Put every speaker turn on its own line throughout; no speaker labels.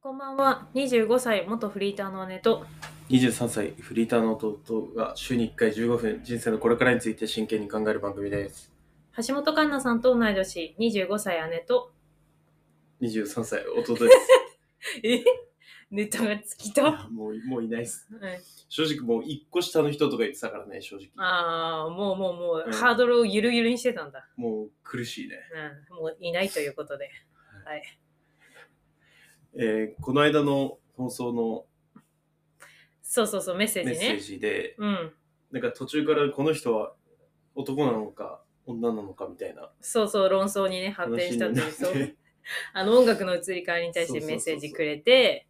こんばんは。25歳、元フリーターの姉と、
23歳フリーターの弟が週に1回15分人生のこれからについて真剣に考える番組です
橋本環奈さんと同い年、25歳姉と、
23歳弟です
え ネタが尽き
い
た、
やもうもういないです
はい、
正直もう1個下の人とか言ってたからね正直
ああ、もうもうもう、
うん
ハードルをゆるゆるにしてたんだ。
もう苦しいね、
うん、もういないということで。
えーこの間の放送の
そうそうそう、メッセー
メッ
ジ
セー
ね。
ジで
うん、
なんか途中からこの人は男なのか女なのかみたいな
そうそう、論争にね、発展
話
し
に
た
な
と
っ
いう、そう
て
あの音楽の移り変わりに対してメッセージくれて、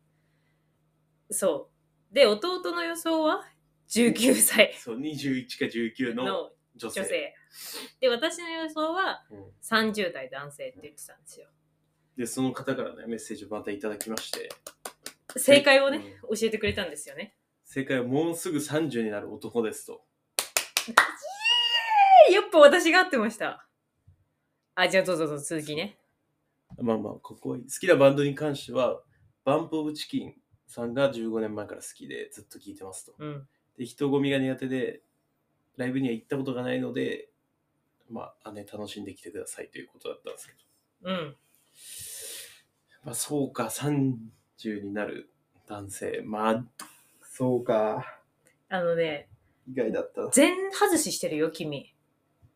そう。で、弟の予想は19歳
そう21か19の
の
女性
女性。で、私の予想は
うん
30代男性って言ってたんですよ。
でその方からねメッセージをまたいただきまして
正解をね、
うん
教えてくれたんですよね。
正解はもうすぐ30になる男ですと
えやっぱ私が合ってました。あ、じゃあどうぞどうぞ続きね。
まあまあ、ここはいい好きなバンドに関しては、バンプ・オブ・チキンさんが15年前から好きでずっと聴いてますと。
うん。
で、人混みが苦手で、ライブには行ったことがないので、まあ、姉楽しんできてくださいということだったんですけど。
うん。
まあ、そうか、30になる男性。まあ、そうか、
あのね、
意外だったな。
全外ししてるよ、君。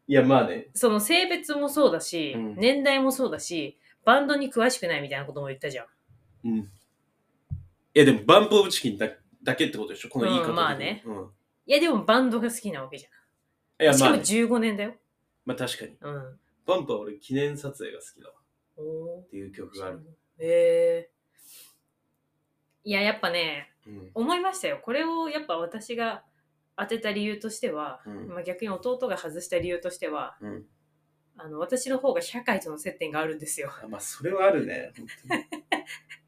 いや、まあね、
その性別もそうだし、
うん
年代もそうだし、バンドに詳しくないみたいなことも言ったじゃん。
うん。いや、でも、バンプ・オブ・チキンだだけってことでしょこの言い方
う
的に、
んまあね
うん。
いや、でもバンドが好きなわけじ
い
ゃ
や、
ん。し
まあ
か
ね、
も15年だよ。
まあ確かに。
うん。
バンプは俺、記念撮影が好きだわ
お
っていう曲
ー
がある。
へえいや、やっぱね、
うん
思いましたよ。これをやっぱ私が当てた理由としては、
うん
まあ、逆に弟が外した理由としては、
うん
あの私の方が社会との接点があるんですよ。
あまあそれはあるね。本当 に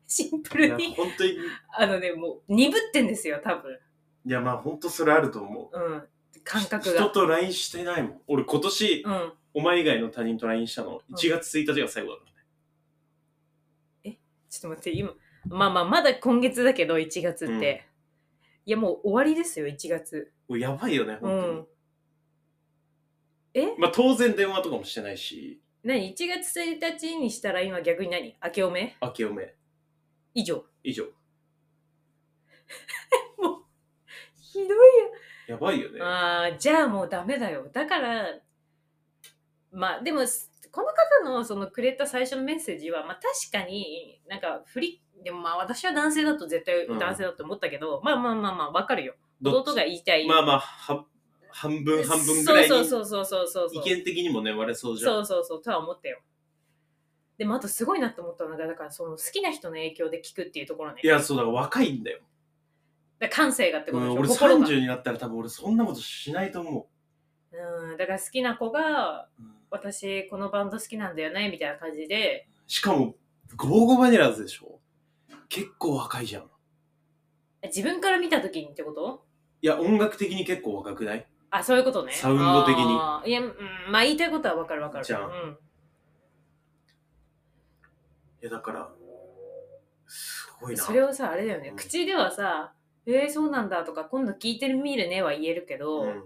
シンプ
いや
ルに。
本当にい
あのね、もう鈍ってんですよ、多分。
やまあ本当それあると思う。
うん。感覚
人
が。
と LINE してないもん。俺今年、
うん。
お前以外の他人と LINE したの
ん
1月1日が最後だった、ね
ちょっと待って、今。まあまあ、まだ今月だけど、1月って。
うん
いや、もう終わりですよ、1月。
もうやばいよね、
う
本当に。
ん。え
まあ当然電話とかもしてないし、
何 ?1 月1日にしたら今逆に何明けおめ
明けおめ。
以上。
以上。
ひどいよ。
やばいよね。
ああ、じゃあもうダメだよ。だから、まあでも、すこの方のそのくれた最初のメッセージは、まあ確かになんか振り、でもまあ私は男性だと絶対
うん
男性だと思ったけど、まあまあまあまあわかるよ。
どっち
弟が言いたい。
まあまあ、は半分半分ぐらいに
そうそうそうそうそうそう。
意見的にもね、割れそうじゃん。
そうそうそう、とは思ったよ。でもあとすごいなと思ったのが、だからその好きな人の影響で聞くっていうところね
い。や、そうだから若いんだよ。
だから感性がって
う
こと
ん、
で
俺
しょ、心が。
30になったら多分俺そんなことしないと思
うん、だから好きな子が、
う。うん
私このバンド好きなんだよね、みたいな感じで、
しかも、ゴーゴーバニラーズでしょ結構若いじゃん。い
自分から見た時にってこと
や、音楽的に結構若くない
あそういうことね
サウンド的に
あーいや、うん、まあ言いたいことはわかるわかる
じゃん
うん、
いや、だから、すごいな。
それをさあれだよね、
うん
口ではさ「えー、そうなんだ」とか「今度聞いてみるね」は言えるけど、
うん、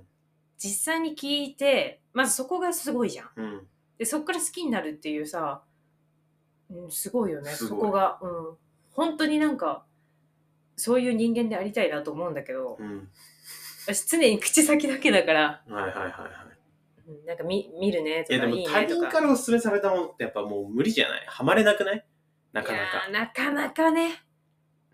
実際に聞いてまずそこがすごいじゃん
うん。
でそこから好きになるっていうさ、うん、すごいよね
す
そ
ご
こ
い
がうん本当になんかそういう人間でありたいなと思うんだけど
うん。
私常に口先だけだから、
はいはいはいはい。
うんなんか見見るね
い
と
や、
か
で
い
も
い
他
ねと
人
か
からおすすめされたものってやっぱもう無理じゃないハマれなくないなかないか。
やーなかなかね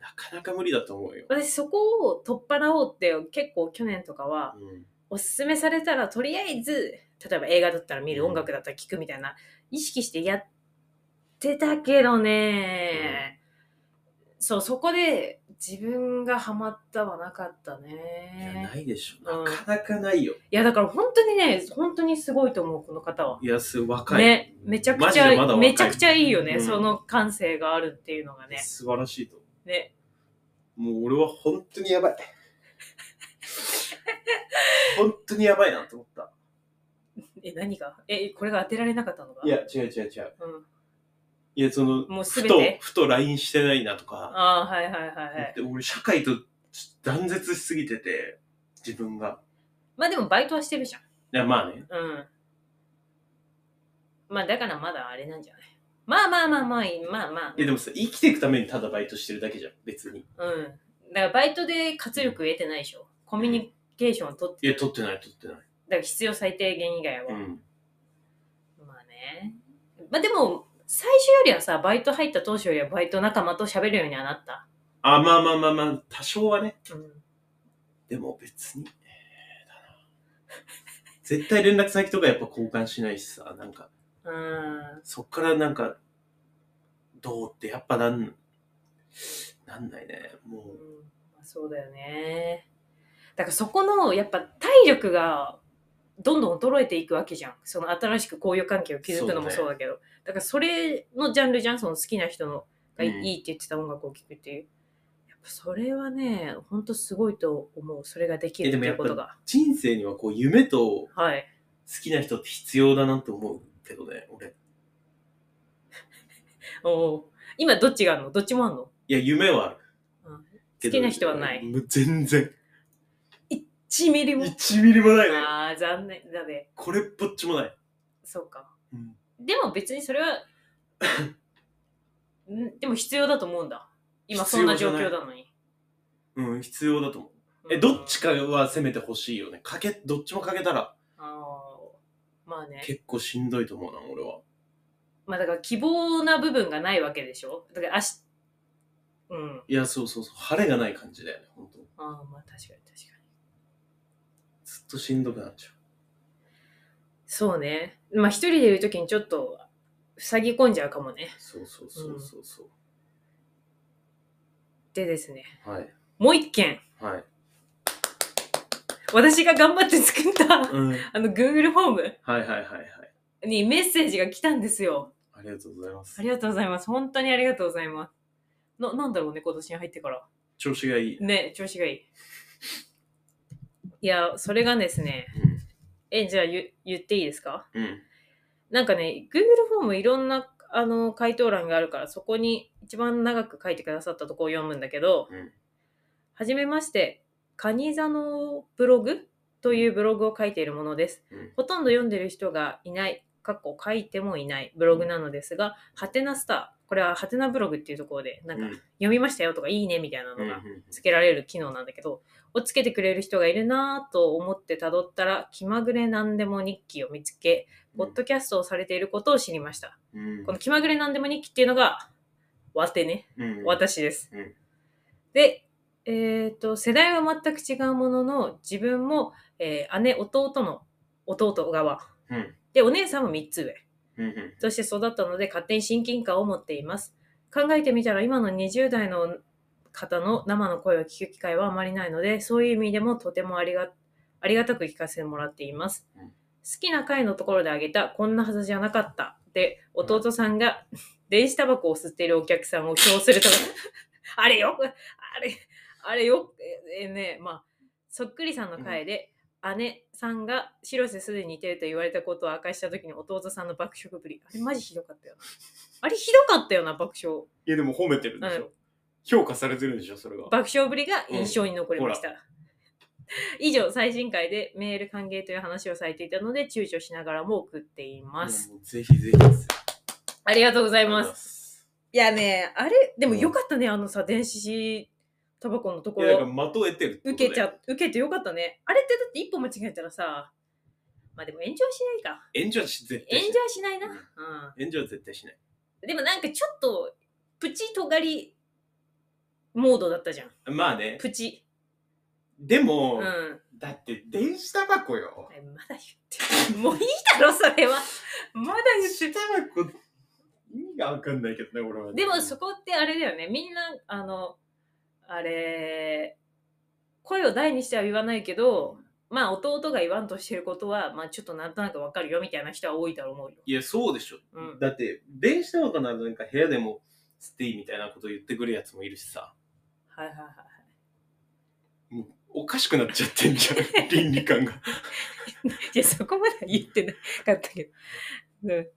なかなか無理だと思うよ。
私そこを取っ払おうって結構去年とかは
うん。
おすすめされたらとりあえず例えば映画だったら見る、
うん
音楽だったら聴くみたいな意識してやってたけどね、そうそこで自分がハマったはなかった
いや、
ね
ないでし
う
ょ。
ん
なかなかないよ。
いやだから本当にね本当にすごいと思うこの方は。
いや、す若い。
ね、めちゃく
マ
ち
ジでまだ
ゃ
若い
めちゃくちゃいいよね、
うん
その感性があるっていうのがね
素晴らしいと思
ね
う。もう俺は本当にや ばい。本当にやばいなと思った。
え、何がえ、これが当てられなかったのか
いや、違う違う違う。
うん。
いや、その、
もう
ふ
全
と
て、
ふと LINE してないなとか、
ああ、はいはいはいはい。
で俺、社会と断絶しすぎてて、自分が。
まあでもバイトはしてるじゃん。
いや、まあね。
うん。まあだからまだあれなんじゃないまあまあまあまあいい、まあまあ
い。や、でもさ、生きていくためにただバイトしてるだけじゃん、別に。
うん。だからバイトで活力得てないでしょ。コミュニケーション取って、
いや、取ってない、取ってない。
だから必要最低限以外は。
うん。
まあね。まあでも、最初よりはさ、バイト入った当初よりはバイト仲間と喋るようにはなった。
あ、まあまあまあまあ、多少はね。
うん。
でも別に、えーだな絶対連絡先とかやっぱ交換しないしさ、なんか、
うん。
そっからなんか、どうってやっぱなん、なんないね。もう、
まあそうだよね。だからそこの、やっぱ体力がどんどん衰えていくわけじゃん。その新しく交友関係を築くのも
そ
そううだけど。だからそれのジャンルじゃん、その好きな人のがいい,、
うん
って言ってた音楽を聴くっていう。やっぱそれはね、ほんとすごいと思う。それができるっ
えでも
てい
や
う
っぱ
ことが。
人生にはこう、夢と好
はい。
きな人って必要だなと思うけどね、俺。
おー今どっちがあるのどっちもあるの
いや、夢はある。
うん
けど
好きな人はない
もう全然。
?1 ミリも。
1ミリもないね。
ああ、残念だね。
これっぽっちもない。
そうか。
うん
でも別にそ れは、んでも必要だと思うんだ。今そんな状況なのに。
うん、必要だと思う。
う
え、
ん
どっちかは攻めてほしいよね。かけ、どっちもかけたら
あーまあね。
結構しんどいと思うな、俺は。
まあだから希望な部分がないわけでしょだから明日、うん。
いや、そうそうそう。晴れがない感じだよね、本当
ああ、まあ確かに確かに。
ずっとしんどくなっちゃう。
そうね。まあ一人でいるときにちょっと、塞ぎ込んじゃうかもね。
そうそうそうそうそう。
でですね。
はい。
もう一件。
はい。
私が頑張って作った、
うん。はい
あの Google フォーム
はいはいはい。
にメッセージが来たんですよ。
ありがとうございます
あ。りがとうございます。本当にありがとうございます。な、なんだろうね、今年に入ってから。
調子がいい。
ね、調子がいい。いや、それがですね、え、じゃあ言言っていいですか
うん。うん。
なんかね、Google フォームいろんな、あの、回答欄があるから、そこに一番長く書いてくださったとこを読むんだけど、
うん
はじめまして、カニ座のブログというブログを書いているものです。
うん。
ほとんど読んでる人がいない、かっこ書いてもいないブログなのですが、ハテナスター、これはハテナブログっていうところで、なんか
うん
読みましたよとかいいねみたいなのが
うん
つけられる機能なんだけど、をつけてくれる人がいるなぁと思って辿ったら、気まぐれなんでも日記を見つけ、ポッドキャストをされていることを知りました。
うん。
この気まぐれなんでも日記っていうのが、わてね。
うん。
私です。
うん
で、えっ、と、世代は全く違うものの、自分も、えー姉、弟の弟側。
うん
で、お姉さんも3つ上。
うんうん。
として育ったので、勝手に親近感を持っています。考えてみたら、今の20代の方の生の声を聞く機会はあまりないので、そういう意味でもとてもありがありがたく聞かせてもらっています。
うん
好きな回のところであげた、こんなはずじゃなかった。で、弟さんが電子タバコを吸っているお客さんを供するとか、 あれよ、あれ、あれよ、ええね、まあ、そっくりさんの回で、姉さんが白瀬すでに似てると言われたことを明かした時に弟さんの爆食ぶり。あれマジひどかったよな。あれひどかったよな、爆笑。
いや、でも褒めてるんでしょ。評価されてるんでしょ、それが。
爆笑ぶりが印象に残りました。以上、最新回でメール歓迎という話をされていたので、躊躇しながらも送っています。
いやもうぜひぜひです。
ありがとうござ
あ
います。
す。
いやね、あれ、でもよかったね、あのさ、電子タバコのと
い
こ
や、だから
ろ。
的を得てるってことだ
受
よ
けちゃ、受けてよかったね。あれってだって一歩間違えたらさ、まあでも炎上はしないか。
炎上はし絶対
炎
し
上
ない。
はしないな。
うん
う
炎上は絶対しない。
ん。でもなんかちょっと、プチ尖りモードだったじゃん。
まあね。
プチ。
で
う
も、
ん。え
だって電子タバコよ。
まだ言ってる。もういいだろ、それは。まだ言ってる
電子タバコ、意味がわかんないけどね、俺は。
でもそこってあれだよねみんなあのあれ声を大にしては言わないけどまあ弟が言わんとしてることはまあちょっとなんとなくわかるよみたいな人は多いと思うよ。
いや、そうでしょ。
うん
だって、電子タバコならなんか部屋でも吸っていいみたいなこと言ってくるやつもいるしさ。
はいはいはい。
もう、おかしくなっちゃってんじゃん。 倫理観が。
いやそこまでは言ってなかったけど。うん、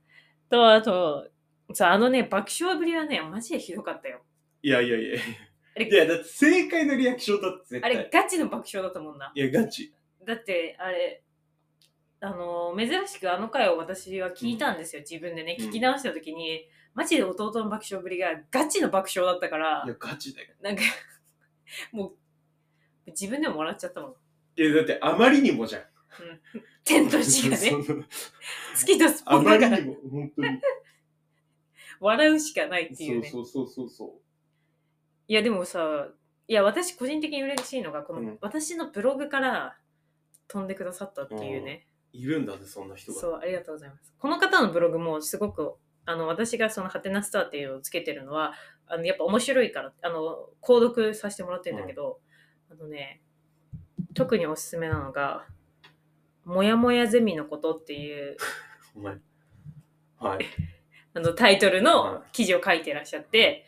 とあとそう、あのね、爆笑ぶりはね、マジでひどかったよ。
いやいやいや。
あれ
いや、だって正解のリアクションだって絶
あ
対。
れ、ガチの爆笑だと思うんだ。
いや、ガチ。
だって、あれ、あの、珍しくあの回を私は聞いたんですよ、自分でね。
うん
聞き直した時に、マジで弟の爆笑ぶりがガチの爆笑だったから
い、や、ガチだよ。
なんか、 もう、自分でも笑っちゃったもん。
いや、だってあまりにもじゃん。
天と地がね、
その
月とスポ
あ
ン
ま
だか
り
ら
に も、本当に。
笑うしかないっていうね。
そうそうそうそうそ
いやでもさいや私個人的に嬉しいのがこの、
うん
私のブログから飛んでくださったっていうね、
う。いるんだね、そんな人が。
そうありがとうございますこの方のブログもすごくあの私がそのハテナスターっていうのをつけてるのはあのやっぱ面白いからあの購読させてもらってるんだけど、あのね特におすすめなのが「もやもやゼミのこと」っていう
お前。はい。
あのタイトル
はい
の記事を書いてらっしゃって、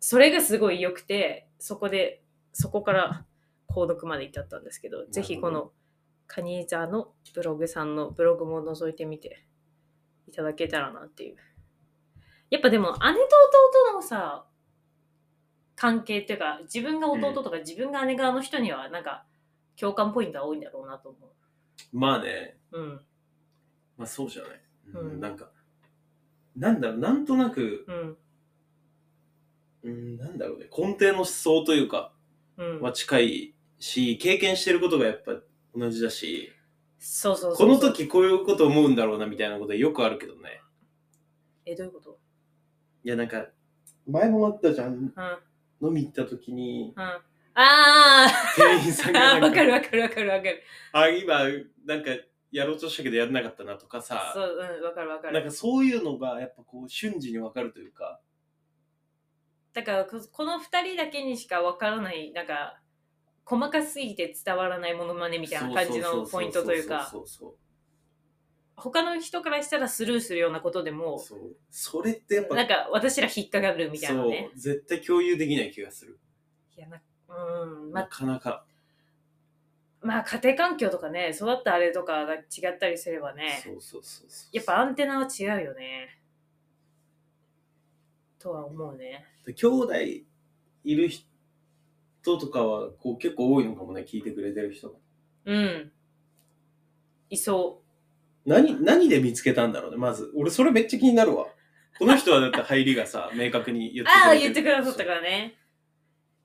それがすごい良くて、そこで、そこから購読まで至ったんですけど、ぜひこのカニーザーのブログさんのブログも覗いてみていただけたらなっていう。やっぱでも姉と弟のさ、関係っていうか、自分が弟とか自分が姉側の人にはなんか共感ポイントが多いんだろうなと思
まあね、
う。うん。
まあそうじゃない。
うん
うん、なんか、なんだろう、なんとなく、
うん。
うん、なんだろうね、根底の思想というか、
うん。
は近いし、経験してることがやっぱ同じだし、
そうそうそう
こ
そう
の。時こういうこと思うんだろうなみたいなことはよくあるけどね。
え、どういうこと
いや、なんか、前もあったじゃん。
うん。
飲み行った時に、
うん。ああー
店員さん
あー
がな
わ
ん
かる
か、
わかるわかるわかる。
あ、今、なんか、やろうとしたけどやんなかったなとかさ
そ、う、うん、わかるわか
なん
る。
かそういうのがやっぱこう瞬時にわかるというか、
だから、ここの二人だけにしかわからない、なんか、細かすぎて伝わらないものまねみたいな感じのポイントというか、
そうそう
他の人からしたらスルーするようなことで
そう
も、
そうそうそれってやっぱ
なんか私ら引っかかるみたいなね。
そう絶対共有できない気がする、
いやなうん、
な
ま
かなか、
まあ家庭環境とかね育ったあれとかが違ったりすれば
そ
ね
うそうそうそう
やっぱアンテナは違うよねとは思うね
で兄弟いる人とかはこう結構多いのかもね聞いてくれてる人が
うんいそう
何何で見つけたんだろうねまず俺それめっちゃ気になるわこの人はだって入りがさ 明確に言って
ああ、
れ
言ってくださったからね。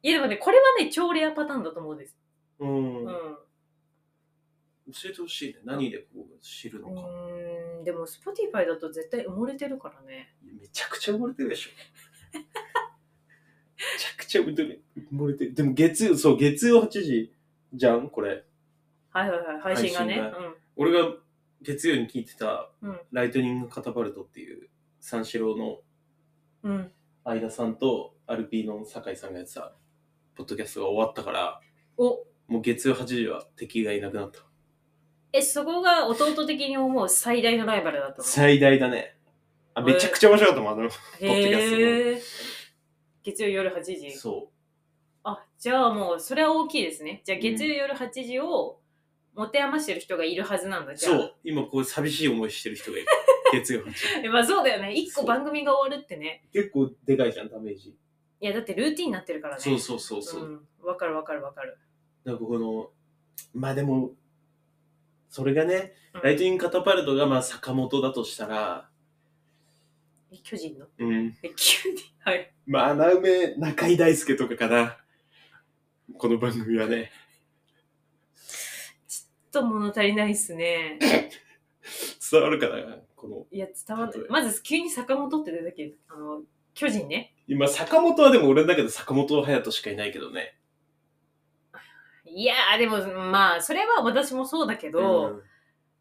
いや、でもね、これはね、超レアパターンだと思うんです。
そううん、
うん。
教えてほしいね何でこう知るのか、
うーん、でも、Spotify だと絶対埋もれてるからね。
めちゃくちゃ埋もれてるでしょ。めちゃくちゃ埋もれてる。埋もれてる。でも月曜、そう、月曜8時じゃんこれ。
はいはいはい、配信がね。
配信俺が月曜に聞いてた
うん、
ライトニングカタパルトっていう三四郎の
うん。うん。
相田さんとアルピーの酒井さんがやってた、ポッドキャストが終わったから、
お、
もう月曜8時は敵がいなくなった。
え、そこが弟的に思う最大のライバルだったの
最大だね。あ、めちゃくちゃ面白かったもん、あの。ドキャストの
へえ。月曜夜8時。
そ
あ、じゃあもう、それは大きいですね。じゃあ月曜夜8時を持て余してる人がいるはずなんだ、
う。
じゃあ。
そう。今こう寂しい思いしてる人 がいる。月曜8時。
え。 まあそうだよね。一
そ
個
う
番組が終わるってね。
結構でかいじゃん、ダメージ。
いや、だってルーティンになってるからね。
そうそうそうそう。
うん、わかるわかるわかる。
なんかこの、まあでも、それがね、
うん
ライトニングカタパルトがまあ坂本だとしたら、
え巨人の
うん。
え急に。はい。
まあ穴埋め中井大輔とかかな。この番組はね。
ちょっと物足りないっすね。
伝わるかなこの、
いや、伝わんな
例
い
え。
まず急に坂本って出たけど、あの、巨人ね。
今坂本はでも俺の中で坂本隼人しかいないけどね。
いやー、でも、まあ、それは私もそうだけど、
ん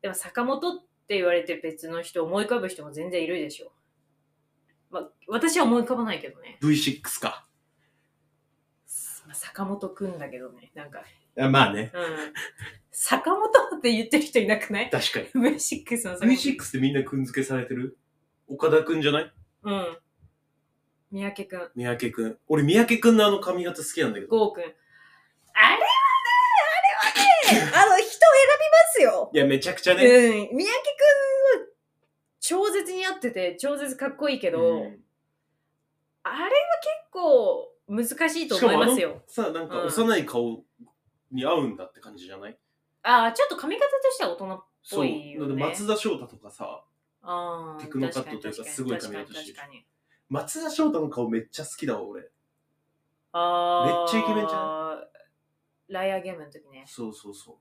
でも坂本って言われて別の人、思い浮かぶ人も全然いるでしょ。まあ、私は思い浮かばないけどね。
V6 か。
まあ坂本くんだけどね、なんか。
あまあね。
うん。坂本って言ってる人いなく ない
確かに。
?V6 の坂本。
V6 ってみんなくん付けされてる岡田くんじゃない
うん。三宅くん。
三宅くん。俺三宅くんのあの髪型好きなんだけど。
ゴーくん。あれはね、あれはね、あの、人を選びますよ。
いや、めちゃくちゃ
うん、
ね。
三宅くんは超絶に合ってて超絶かっこいいけど、
うん
あれは結構難しいと思いますよ。
さなんか
うん
幼い顔に合うんだって感じじゃない、
ああーちょっと髪型としては大人っ
そう
ぽいよ
だ
ね
って松田翔太とかさ
あー
テクノカットというか
確に
すごい
確かに
髪型してる
確かに
松田翔太の顔めっちゃ好きだわ俺
あー
めっちゃイケメンじゃ
ライアーゲームの時ね。
そうそうそ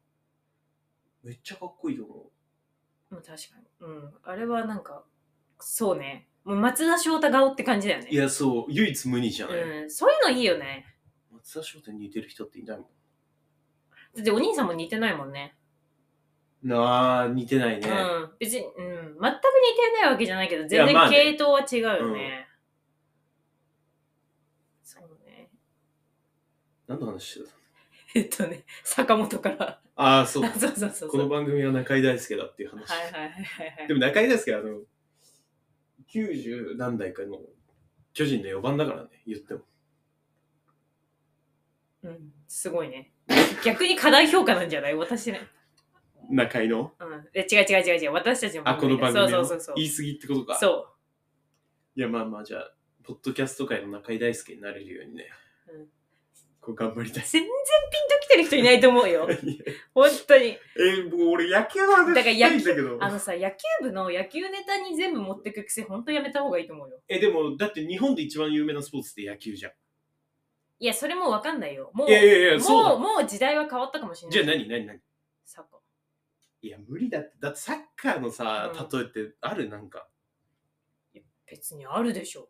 うめっちゃかっこいいと思
うん、確かに。うん。あれはなんか、そうね。もう松田翔太顔って感じだよね。
ういやそう唯一無二じゃない、
うん。そういうのいいよね。
松田翔太に似てる人っていないも
だってお兄さんも似てないもんね。
んなあ似てないね、
うん。別に、うん。全く似てないわけじゃないけど、全
いやまあ
然
ね
系統は違うよね。そうね。
何の話してた
えっとね、坂本から。
ああそう
そうそうそう
こ
そう。
の番組は中井大輔だっていう話、
はいはいはいはいはい。
でも中井大輔あの90何代かの巨人の4番だからね言っても
うん。すごいね。逆に過大評価なんじゃない私ね。
中井の
うん。え違う違う違う違う。私たちの
あこの番
そ
組
う
の
そうそうそう。
言い過ぎってことか
そう。
いやまあまあじゃあポッドキャスト界の中井大輔になれるようにね、
うん
こう頑張りたい
全然ピンときてる人いないと思うよ。本当に。
え僕俺野球の話
だから
したいんだけど
あのさ、野球部の野球ネタに全部持ってく癖、本当やめた方がいいと思うよ。
えでもだって日本で一番有名なスポーツって野球じゃん
いや、それもうわかんないよ。もう、
いやいやいやそ
も
うだ
う、もう時代は変わったかもしれない。
じゃあ何何何
サッカー
いや無理だってだってサッカーのさ
うん
例えってあるなんか
別にあるでしょ。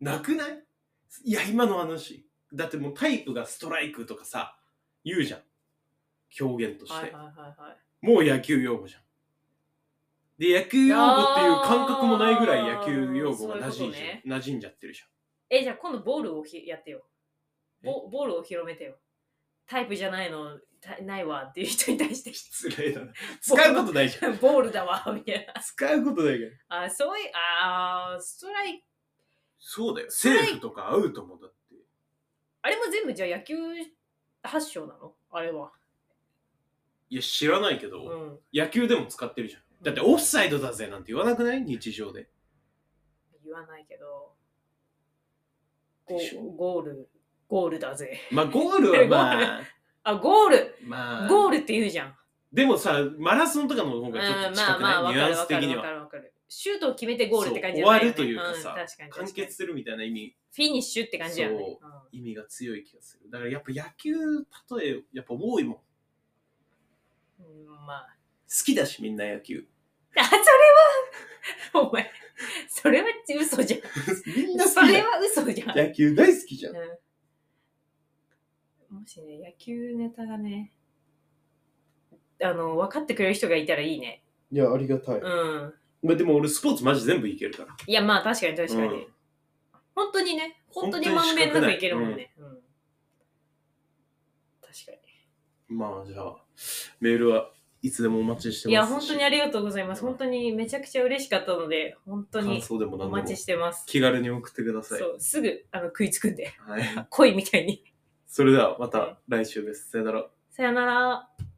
なくないいや今の話だってもうタイプがストライクとかさ言うじゃん表現として、
はいはいはいはい。
もう野球用語じゃんで野球用語っていう感覚もないぐらい野球用語が馴染んじゃ
そういうこ
馴染んじゃってるじゃん
え、じゃあ今度ボールをひやってよボ。
え
ボールを広めてよ。タイプじゃないの、たないわっていう人に対して、
失礼だな。使うことないじゃ
ボールだわ、みたい
ん。使うことないから。
な。あ、そういう、あーストライク
そうだよ。
ストライ
セーフとかアウトもだって。
あれも全部じゃあ野球発祥なのあれは。
いや、知らないけ
う
ど、
ん。
野球でも使ってるじゃん。だってオフサイドだぜなんて言わなくない日常で。
言わないけど。ゴ
でしょ
ゴール、ゴールだぜ。
まあ、ゴ ールはまあ、
あ、ゴール
まあ、
ゴールって言うじゃん。
でもさ、マラソンとかの方
うん、
がちょっと近
まあま
く
あ、
な
わ
いニュ
か
アン
るわ
ス
か
的
る
に
わか
は。
るわかる。シュートを決めてゴールって感じ
そう
じゃないよ、ね、
終わるというかさ
ん確かに確か
完
に
結するみたいな意味、
フィニッシュって感じだよね。
そ
うん
意味が強い気がする。だからやっぱ野球、例え、やっぱ多いもん。好
うんまあ。
きだし、みんな野球。
あ、それは、お前、それは嘘じ
みん
ゃ。
なん
そ
好きじ
れ
ゃん
は嘘じゃん。
野球大好きじゃん。
もしね、野球ネタがね、あの、分かってくれる人がいたらいいね。
いや、ありがたい。
うん。
まあ、でも俺スポーツマジ全部いけるから。
いや、まあ確かに確かに。
うん
本当にね、本当に
本当
ま
に
んべんなくいけるもんね。うん確か
まあじゃあ、メールはいつでもお待ちして
に。
ます。
いや、本当にありがとうございます。
うん
本当にめちゃくちゃ嬉しかったので、本当
感
に
想でも
お
何
待
で
ち
も
してます。
気軽に送ってください。
そう、すぐあの食いつくんで、
はい。
恋みたいに。
それではまた来週です。さよなら。
さよなら。